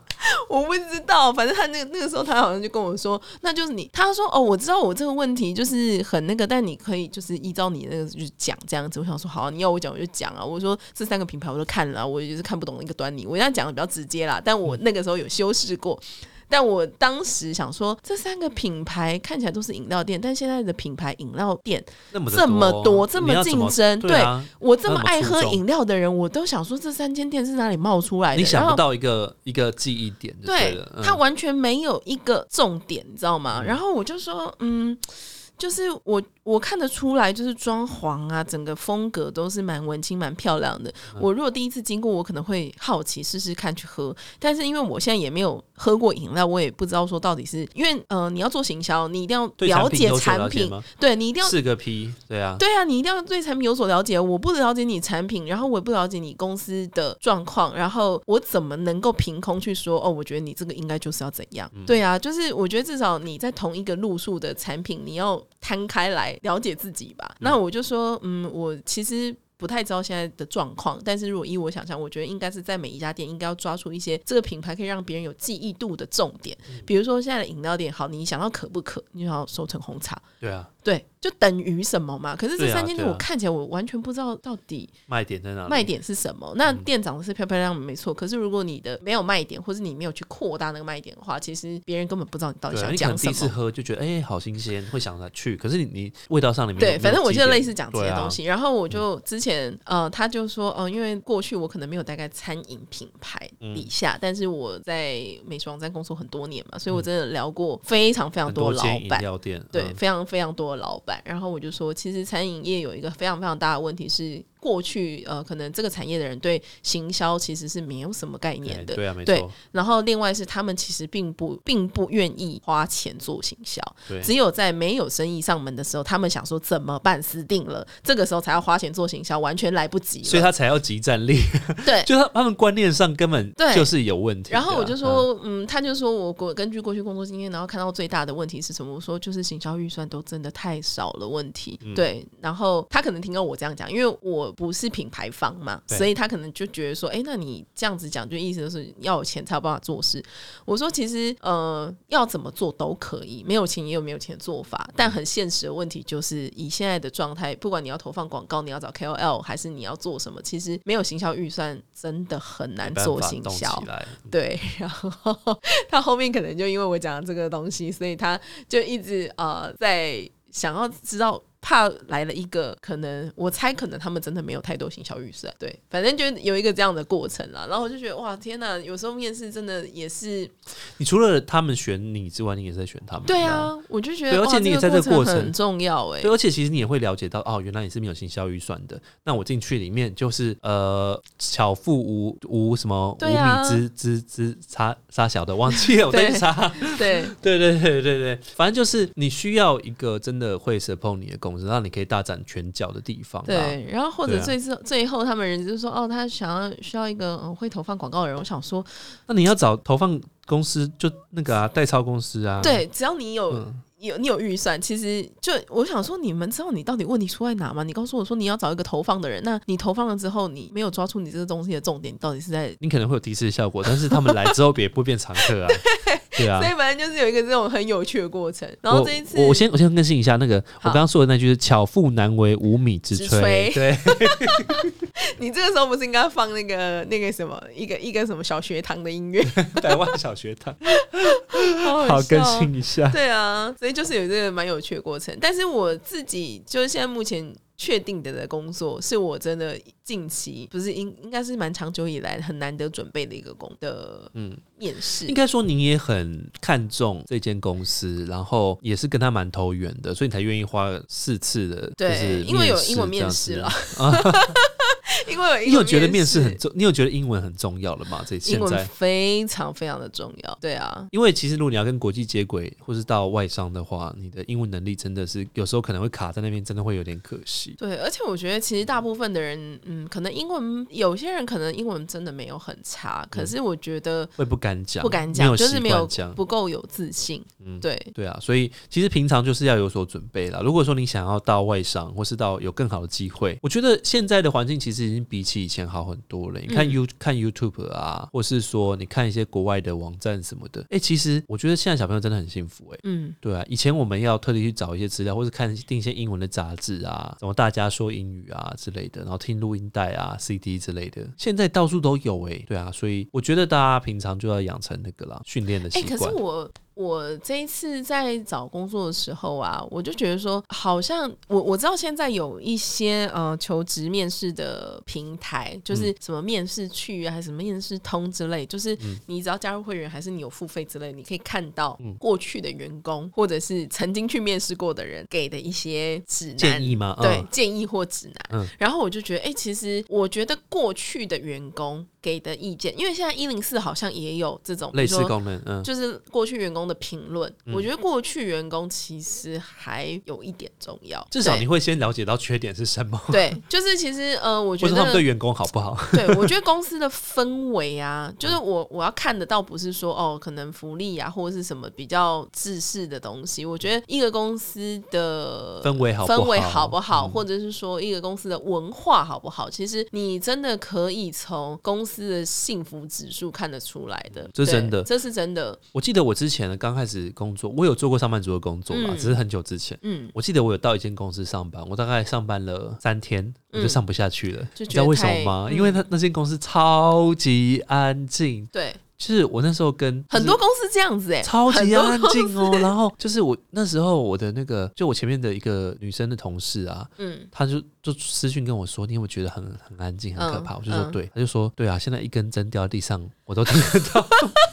B: 我不知道，反正他那个那个时候，他好像就跟我说，那就是你，他说哦，我知道我这个问题就是很那个，但你可以就是依照你那个去讲这样子。我想说，好、啊，你要我讲我就讲啊。我说这三个品牌我都看了啊、我就是看不懂那个端倪。我现在讲的比较直接啦，但我那个时候有修饰过。 但我当时想说，这三个品牌看起来都是饮料店，但现在的品牌饮料店
A: 那么
B: 这么多，这
A: 你
B: 么
A: 要怎
B: 竞争，
A: 对啊，
B: 我这么
A: 那么
B: 爱
A: 出
B: 喝
A: 众
B: 饮料的人，我都想说这三间店是哪里冒出来的？
A: 你想
B: 然后
A: 不到一个一个记忆点就
B: 对
A: 了，
B: 他
A: 嗯
B: 完全没有一个重点，你知道吗？然后我就说，嗯，就是我我看得出来，就是装潢啊，整个风格都是蛮文青、蛮漂亮的。
A: 嗯
B: 我如果第一次经过，我可能会好奇试试看去喝，但是因为我现在也没有喝过饮料，我也不知道说到底是因为，嗯、你要做行销，你一定要
A: 对
B: 了
A: 产品
B: 解
A: 有所
B: 产
A: 了解
B: 品，
A: 吗？
B: 对你一定要
A: 四个 P，对啊，
B: 对啊，你一定要对产品有所了解。我不了解你产品，然后我也不了解你公司的状况，然后我怎么能够凭空去说哦？我觉得你这个应该就是要怎样？对啊，就是我觉得至少你在同一个路数的产品，你要摊开来了解自己吧。那我就说，嗯，我其实。不太知道现在的状况，但是如果依我想象，我觉得应该是在每一家店应该要抓出一些这个品牌可以让别人有记忆度的重点，比如说现在的饮料店，好，你想到可不可，你想要熟成红茶，
A: 对啊，
B: 对，就等于什么嘛？可是
A: 对
B: 这
A: 啊
B: 三间店
A: 对啊
B: 我看起来我完全不知道到底
A: 卖点在哪里？嗯
B: 卖点是什么。那店长是漂漂亮亮没错，可是如果你的没有卖点，或是你没有去扩大那个卖点的话，其实别人根本不知道你到底
A: 对啊，
B: 想
A: 你可能
B: 讲
A: 第
B: 什
A: 一次
B: 么。
A: 喝就觉得哎、好新鲜，会想来去。可是你你味道上里面
B: 对，反正我
A: 记
B: 就类似讲这些东。
A: 对啊
B: 西，然后我就之前呃，他就说，嗯、因为过去我可能没有大概餐饮品牌
A: 嗯
B: 底下，但是我在美食网站工作很多年嘛，所以我真的聊过非常非常
A: 很多
B: 老
A: 间饮
B: 板，
A: 料店，
B: 对，
A: 嗯
B: 非常非常多的老板。然后我就说，其实餐饮业有一个非常非常大的问题是，过去呃，可能这个产业的人对行销其实是没有什么概念
A: 哎
B: 的。
A: 对啊，没
B: 对
A: 错，
B: 然后另外是他们其实并不并不愿意花钱做行销，
A: 对，
B: 只有在没有生意上门的时候，他们想说怎么办死定了，这个时候才要花钱做行销，完全来不及
A: 所以
B: 了。
A: 他才要集战力，
B: 对，
A: 就他他们观念上根本
B: 对
A: 就是有问题的啊。
B: 然后我就
A: 嗯，
B: 说，嗯，他就说我过根据过去工作经验，然后看到最大的问题是什么？我说就是行销预算都真的太少了问题。
A: 嗯
B: 对，然后他可能听到我这样讲，因为我不是品牌方嘛，
A: 对
B: 所以他可能就觉得说，哎，那你这样子讲，就意思就是要有钱才有办法做事。我说其实呃，要怎么做都可以，没有钱也有没有钱的做法，但很现实的问题就是，以现在的状态，不管你要投放广告，你要找 KOL，还是你要做什么，其实没有行销预算真的很难
A: 没办
B: 做
A: 法
B: 行
A: 动
B: 销
A: 起。来，
B: 对，然后他后面可能就因为我讲了这个东西，所以他就一直呃在想要知道，怕来了一个可能，我猜可能他们真的没有太多行销预算，对，反正就有一个这样的过程啦。然后我就觉得哇，天哪，有时候面试真的也是，
A: 你除了他们选你之外，你也在选他们。
B: 对。啊，我就觉得，
A: 对而且
B: 哇
A: 你也
B: 这
A: 在
B: 个
A: 这个过程
B: 很重要哎、
A: 对，而且其实你也会了解到，哦，原来你是没有行销预算的。那我进去里面就是呃，巧妇无无什么无
B: 对啊
A: 米之之之差差小的，忘记了我在
B: 对
A: 查。
B: 对
A: 对对对对对，反正就是你需要一个真的会 support 你的公司，让你可以大展拳脚的地方。，
B: 对，然后或者
A: 对啊
B: 最后、最后他们人就说哦，他想要需要一个嗯会投放广告的人，我想说
A: 那你要找投放公司，就那个啊，代操公司啊。，
B: 对，只要你有、
A: 嗯
B: 有你有预算，其实就我想说，你们知道你到底问题出在哪吗？你告诉我说你要找一个投放的人，那你投放了之后，你没有抓住你这个东西的重点，你到底是在？
A: 你可能会有第一次效果，但是他们来之后也不会变常 客啊。对啊
B: 所。以反正就是有一个这种很有趣的过程。然后
A: 我
B: 这一次
A: 我我先我先更新一下那个我
B: 好
A: 刚刚说的那句是“巧妇难为无米之
B: 之
A: 炊”，
B: 炊
A: 对，
B: 你这个时候不是应该放那个那个什么一个一个什么小学堂的 音乐？
A: 台湾小学堂，
B: 好
A: 好
B: 好
A: 更
B: 笑哦
A: 新一下。
B: 对啊，所以就是有这个蛮有趣的过程。但是我自己就是现在目前确定的的工作，是我真的近期不是应应该是蛮长久以来很难得准备的一个工的嗯面试
A: 应。该说你也很看重这间公司，然后也是跟他蛮投缘的，所以你才愿意花四次的，
B: 对
A: 就是
B: 因为有英文
A: 面
B: 面
A: 试
B: 试
A: 这
B: 了
A: 样子。
B: 因为有
A: 你有觉得面试很
B: 重
A: 重？你有觉得英文很重要了吗？这
B: 英
A: 现
B: 文
A: 在，
B: 非常非常的重要，对啊，
A: 因为其实如果你要跟国际接轨，或是到外商的话，你的英文能力真的是有时候可能会卡在那边，真的会有点可惜。
B: 对，而且我觉得其实大部分的人，嗯，可能英文有些人可能英文真的没有很差，可是我觉得
A: 会不敢讲，
B: 不敢
A: 嗯没
B: 讲，
A: 有
B: 就是
A: 习
B: 没
A: 惯
B: 有
A: 讲，
B: 不够有自信，
A: 嗯
B: 对，
A: 对啊，所以其实平常就是要有所准备啦。如果说你想要到外商，或是到有更好的机会，我觉得现在的环境其实已经比起以前好很多了。你看
B: 嗯
A: You、看 YouTube 啊，或是说你看一些国外的网站什么的，哎、其实我觉得现在小朋友真的很幸福、诶。
B: 嗯，
A: 对啊，以前我们要特地去找一些资料，或是看订一些英文的杂志啊，什么大家说英语啊之类的，然后听录音带啊、CD 之类的，现在到处都有诶、对啊，所以我觉得大家平常就要养成那个啦，训练的习
B: 哎、可是
A: 惯。
B: 我我这一次在找工作的时候啊，我就觉得说，好像我我知道现在有一些呃求职面试的平台，
A: 嗯
B: 就是什么面试去啊，还是什么面试通之类，就是
A: 嗯
B: 你只要加入会员，还是你有付费之类，你可以看到过去的员工或者是曾经去面试过的人给的一些指
A: 建
B: 南。
A: 议吗？
B: 对
A: 嗯，
B: 建议或指南，
A: 嗯
B: 然后我就觉得，哎、其实我觉得过去的员工给的意见，因为现在一零四好像也有这种
A: 类似
B: 工。
A: 功能，嗯，
B: 就是过去员工的评论，我觉得过去员工其实还有一点重要，
A: 至少
B: 对
A: 你会先了解到缺点是什么，
B: 对，就是其实呃，我
A: 或
B: 觉
A: 者他们对
B: 得
A: 员工好不好？
B: 对， 我觉得公司的氛围
A: 嗯
B: 啊，就是我我要看得到，不是说哦，可能福利啊或者是什么比较制式的东西，我觉得一个公司的
A: 氛围好不好？
B: 氛围好不好，
A: 嗯
B: 或者是说一个公司的文化好不好，其实你真的可以从公司的幸福指数看得出来的，
A: 这是
B: 对
A: 真的
B: 这是真的，
A: 我记得我之前刚开始工作，我有做过上班族的工作啦，
B: 嗯
A: 只是很久之前。
B: 嗯，
A: 我记得我有到一间公司上班，我大概上班了三天，我就上不下去了。
B: 嗯
A: 你
B: 就觉得
A: 知道为什么吗？
B: 太嗯
A: 因为他那间公司超级安静，
B: 对。
A: 就是我那时候跟
B: 很多。公司这样子哎、
A: 就是超级
B: 很多
A: 安静哦，然后就是我那时候我的那个，就我前面的一个女生的同事啊，
B: 嗯，
A: 她就就私讯跟我说，你有没有觉得很很安静、很可怕？
B: 嗯
A: 我就说
B: 嗯
A: 对，她就说对啊，现在一根针掉地上我都听得到，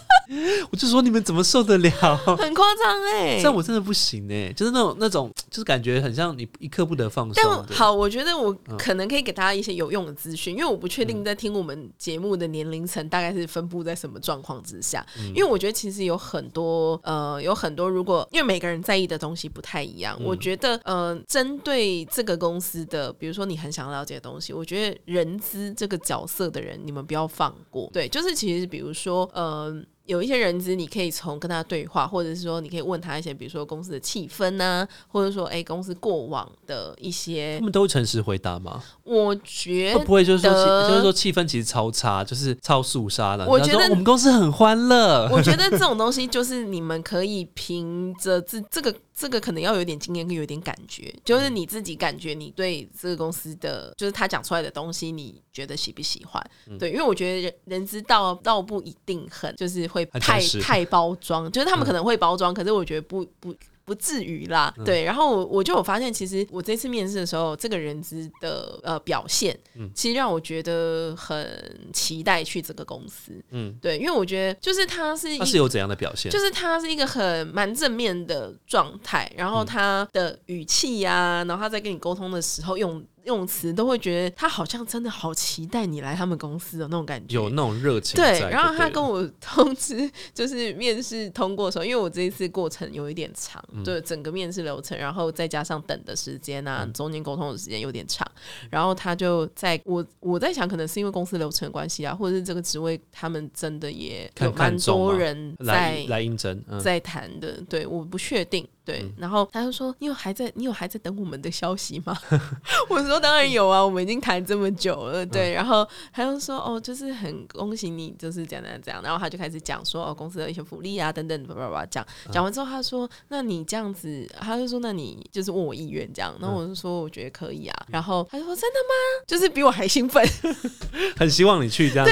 A: 我就说你们怎么受得了？
B: 很夸张哎
A: 这。样我真的不行哎、就是那种那种，就是感觉很像你一刻不得放松
B: 但
A: 的。嗯
B: 好，我觉得我可能可以给大家一些有用的资讯，因为我不确定在听我们节目的年龄层大概是分布在什么状况之下。
A: 嗯
B: 因为我觉得其实有很多呃，有很多如果因为每个人在意的东西不太
A: 嗯
B: 一样，我觉得呃，针对这个公司的，比如说你很想了解的东西，我觉得人资这个角色的人，你们不要放过。对，就是其实比如说呃。有一些人资，你可以从跟他对话，或者是说你可以问他一些，比如说公司的气氛呐、或者说哎、公司过往的一些
A: 他，们都会诚实回答吗？
B: 我觉
A: 会不会就是说气，
B: 得
A: 就是说气氛其实超差，就是超肃杀的？
B: 我
A: 然后
B: 觉得
A: 说我们公司很欢乐，
B: 我觉得这种东西就是你们可以凭着自这个这个可能要有点经验跟有点感觉，就是你自己感觉你对这个公司的，就是他讲出来的东西，你觉得喜不喜欢？
A: 嗯
B: 对，因为我觉得人人知道道不一定很，就是会
A: 很
B: 太
A: 诚实
B: 太包 装，就是他们可能会包装，可是我觉得不不。不至于啦，
A: 嗯
B: 对。然后我我就有发现，其实我这次面试的时候，这个人资的呃表现，其实让我觉得很期待去这个公司。嗯
A: 嗯，
B: 对，因为我觉得就是他是 一
A: 他是有怎样的表现？
B: 就是他是一个很蛮正面的状态，然
A: 嗯
B: 后他的语气呀、然后他在跟你沟通的时候用用词，都会觉得他好像真的好期待你来他们公司的那种感觉。
A: 有那种热情在
B: 对
A: 就，对了。
B: 然后他跟我 通知，就是面试通过的时候，因为我这一次过程有一点长，
A: 嗯
B: 对整个面试流程，然后再加上等的时间啊，
A: 嗯
B: 中间沟通的时间有点长，然后他就在我我在想，可能是因为公司流程的关系啊，或者是这个职位他们真的也有
A: 看看
B: 蛮
A: 中
B: 多
A: 吗
B: 人在
A: 来来应征，嗯，
B: 在谈的，对，我不确定。对，然后他就说：“你有还在，你有还在等我们的消息吗？” 我说：“当然有
A: 嗯
B: 啊，我们已经谈这么久了。”对，然后他就说：“哦，就是很恭喜你，就是怎样怎样怎样。”然后他就开始讲说：“哦，公司的一些福利啊，等等，叭叭叭讲。”
A: 嗯
B: 讲完之后，他说：“那你这样子，他就说那你就是问我意愿这样。”
A: 嗯
B: 然后我就说：“我觉得可以啊。”然后他就说：“真的吗？”就是比我还兴奋。
A: 很希望你去这样。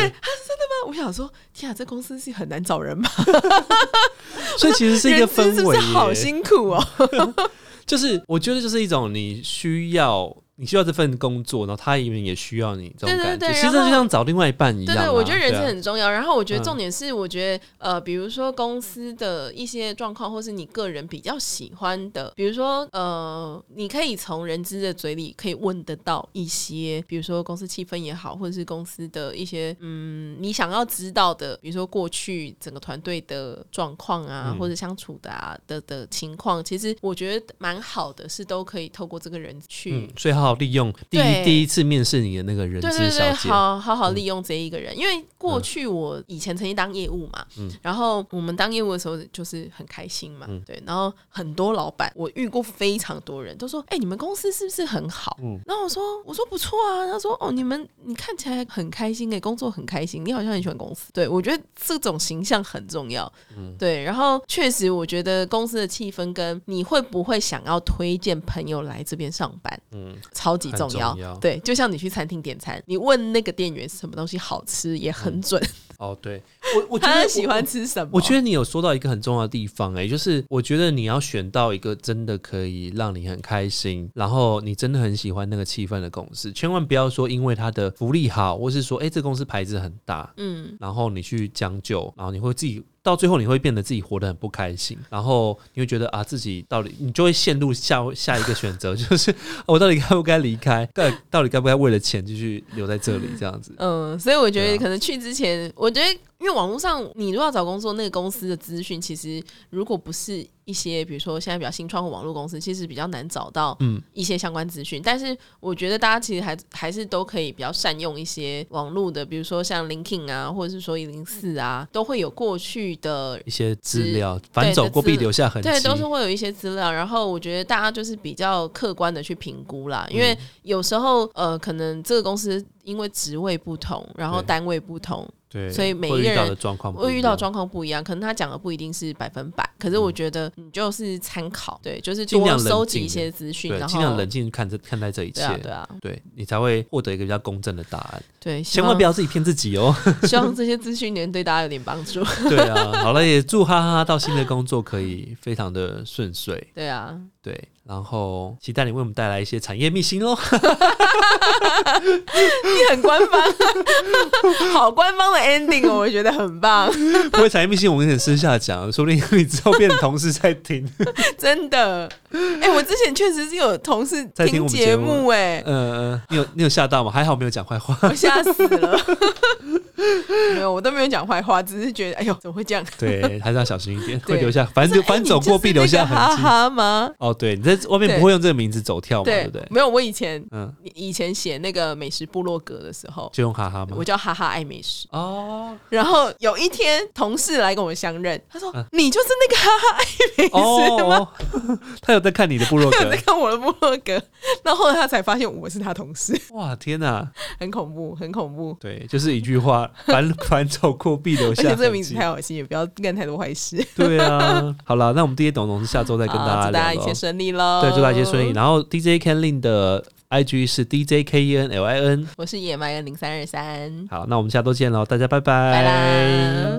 B: 我想说：“天啊，这公司是很难找人吗？
A: 所以其实是一个
B: 人资
A: 氛
B: 是不
A: 围
B: 是
A: 耶，
B: 好辛苦哦？”
A: 就是我觉得就是一种你需要。你需要这份工作，然后他也也需要你这种
B: 对对
A: 感觉，
B: 对
A: 其实
B: 然后
A: 就像找另外一半一
B: 对
A: 样啊。
B: 对，我觉得人
A: 对啊
B: 生很重要。然后我觉得
A: 嗯
B: 重点是，我觉得、呃，比如说公司的一些状况，或是你个人比较喜欢的，比如说呃，你可以从人资的嘴里可以问得到一些，比如说公司气氛也好，或者是公司的一些嗯，你想要知道的，比如说过去整个团队的状况啊，
A: 嗯
B: 或者相处的啊的的情况，其实我觉得蛮好的，是都可以透过这个人去、
A: 嗯，所以好好利用第一
B: 对
A: 第一次面试你的那个人
B: 对
A: 资
B: 对
A: 小
B: 对，
A: 姐，嗯
B: 好好好利用这一个人，因为过去我以前曾经当业务嘛，
A: 嗯
B: 然后我们当业务的时候就是很开心嘛，对，然后很多老板我遇过非常多人都说，哎、你们公司是不是很好？然后我说我说不错啊，他说哦，你们你看起来很开心哎、工作很开心，你好像很喜欢公司，对我觉得这种形象很重要，
A: 嗯
B: 对，然后确实，我觉得公司的气氛跟你会不会想要推荐朋友来这边上班，嗯，超级重要。
A: 很重要
B: 对，就像你去餐厅点餐，你问那个店员什么东西好吃也很准，
A: 哦，对我我觉得
B: 他
A: 我
B: 喜欢吃什么。
A: 我觉得你有说到一个很重要的地方、欸，哎，就是我觉得你要选到一个真的可以让你很开心，然后你真的很喜欢那个气氛的公司，千万不要说因为它的福利好，或是说哎、欸这公司牌子很大，
B: 嗯，
A: 然后你去将就，然后你会自己到最后你会变得自己活得很不开心，然后你会觉得啊自己到底你就会陷入下下一个选择， 就是啊我到底该不该离开，到底到底该不该为了钱继续留在这里这样子。
B: 嗯，所以我觉
A: 对
B: 得
A: 啊
B: 可能去之前，我觉得因为网络上你如果要找工作，那个公司的资讯其实如果不是一些比如说现在比较新创或网络公司，其实比较难找到
A: 嗯
B: 一些相关资讯。但是我觉得大家其实还还是都可以比较善用一些网络的，比如说像 LinkedIn 啊，或者是说一零四啊，都会有过去的
A: 一些资
B: 资
A: 料，反走过必留下痕迹。
B: 对，都是会有一些资料。然后我觉得大家就是比较客观的去评估啦，因
A: 嗯
B: 为有时候呃，可能这个公司因为职位不同，然后
A: 对
B: 单位不同，
A: 对，
B: 所以每
A: 会
B: 一个
A: 遇到
B: 人
A: 的状况不
B: 会
A: 一
B: 遇到
A: 样嗯
B: 状况不一样，可能他讲的不一定是百分百，可是我觉得你就是参考，对，就是
A: 尽
B: 多
A: 量冷
B: 收集一
A: 静
B: 些资讯，
A: 对，
B: 然后
A: 尽量冷静看这看待这一切，
B: 对啊，对啊，
A: 对你才会获得一个比较公正的答案。
B: 对，希
A: 千万
B: 望
A: 不要自己骗自己 哦。
B: 希望这些资讯能对大家有点帮助。
A: 对啊，好了，也祝哈哈到新的工作可以非常的顺遂。
B: 对啊，
A: 对，然后期待你为我们带来一些产业秘辛哦。
B: 你很官方，好官方的 ending，哦，我觉得很棒，
A: 不过产业秘辛我们可以私下讲，说不定你之后变成同事在听。
B: 真的。哎、我之前确实是有同事
A: 在听我们节
B: 节
A: 目
B: 目、哎，
A: 呃，你有你有吓到吗？还好没有讲坏话。
B: 我吓死了。 没有，我都没有讲坏话，只是觉得，哎呦，怎么 会这样？
A: 对，还是要小心一点，会
B: 对
A: 留下，反正
B: 哎
A: 反
B: 你
A: 走
B: 就是
A: 过必留
B: 那个
A: 下痕迹。
B: 哈哈吗？
A: 哦，对，你在外面
B: 对
A: 不会用这个名字走跳嘛，对不对？
B: 没有，我以前
A: 嗯，
B: 以前写那个美食部落格的时候，
A: 就用哈哈吗
B: 我？叫哈哈爱美食。
A: 哦
B: 然后有一天，同事来跟我相认，他说：“你就是那个哈哈爱美食
A: 嗯
B: 吗？”
A: 哦，他有在看你的部落
B: 他有在
A: 格，
B: 看我的部落格， 然后后来他才发现我是他同事，
A: 哇，天哪、
B: 很恐怖，很恐怖。
A: 对，就是一句话，反 反走过必留
B: 而
A: 下
B: 且
A: 痕迹。
B: 这个名字太恶心，也不要干太多坏事。
A: 对啊，好了，那我们 DJ 董董是下周再
B: 再
A: 跟大家聊
B: 祝大
A: 咯
B: 家一切顺利哦喽！
A: 对，祝大家一切顺利。。然后 DJ Ken Lin 的 IG 是 DJ K E N L I N。
B: 我是野麦恩零三二三，
A: 好，那我们下周见喽，大家拜拜，
B: 拜啦。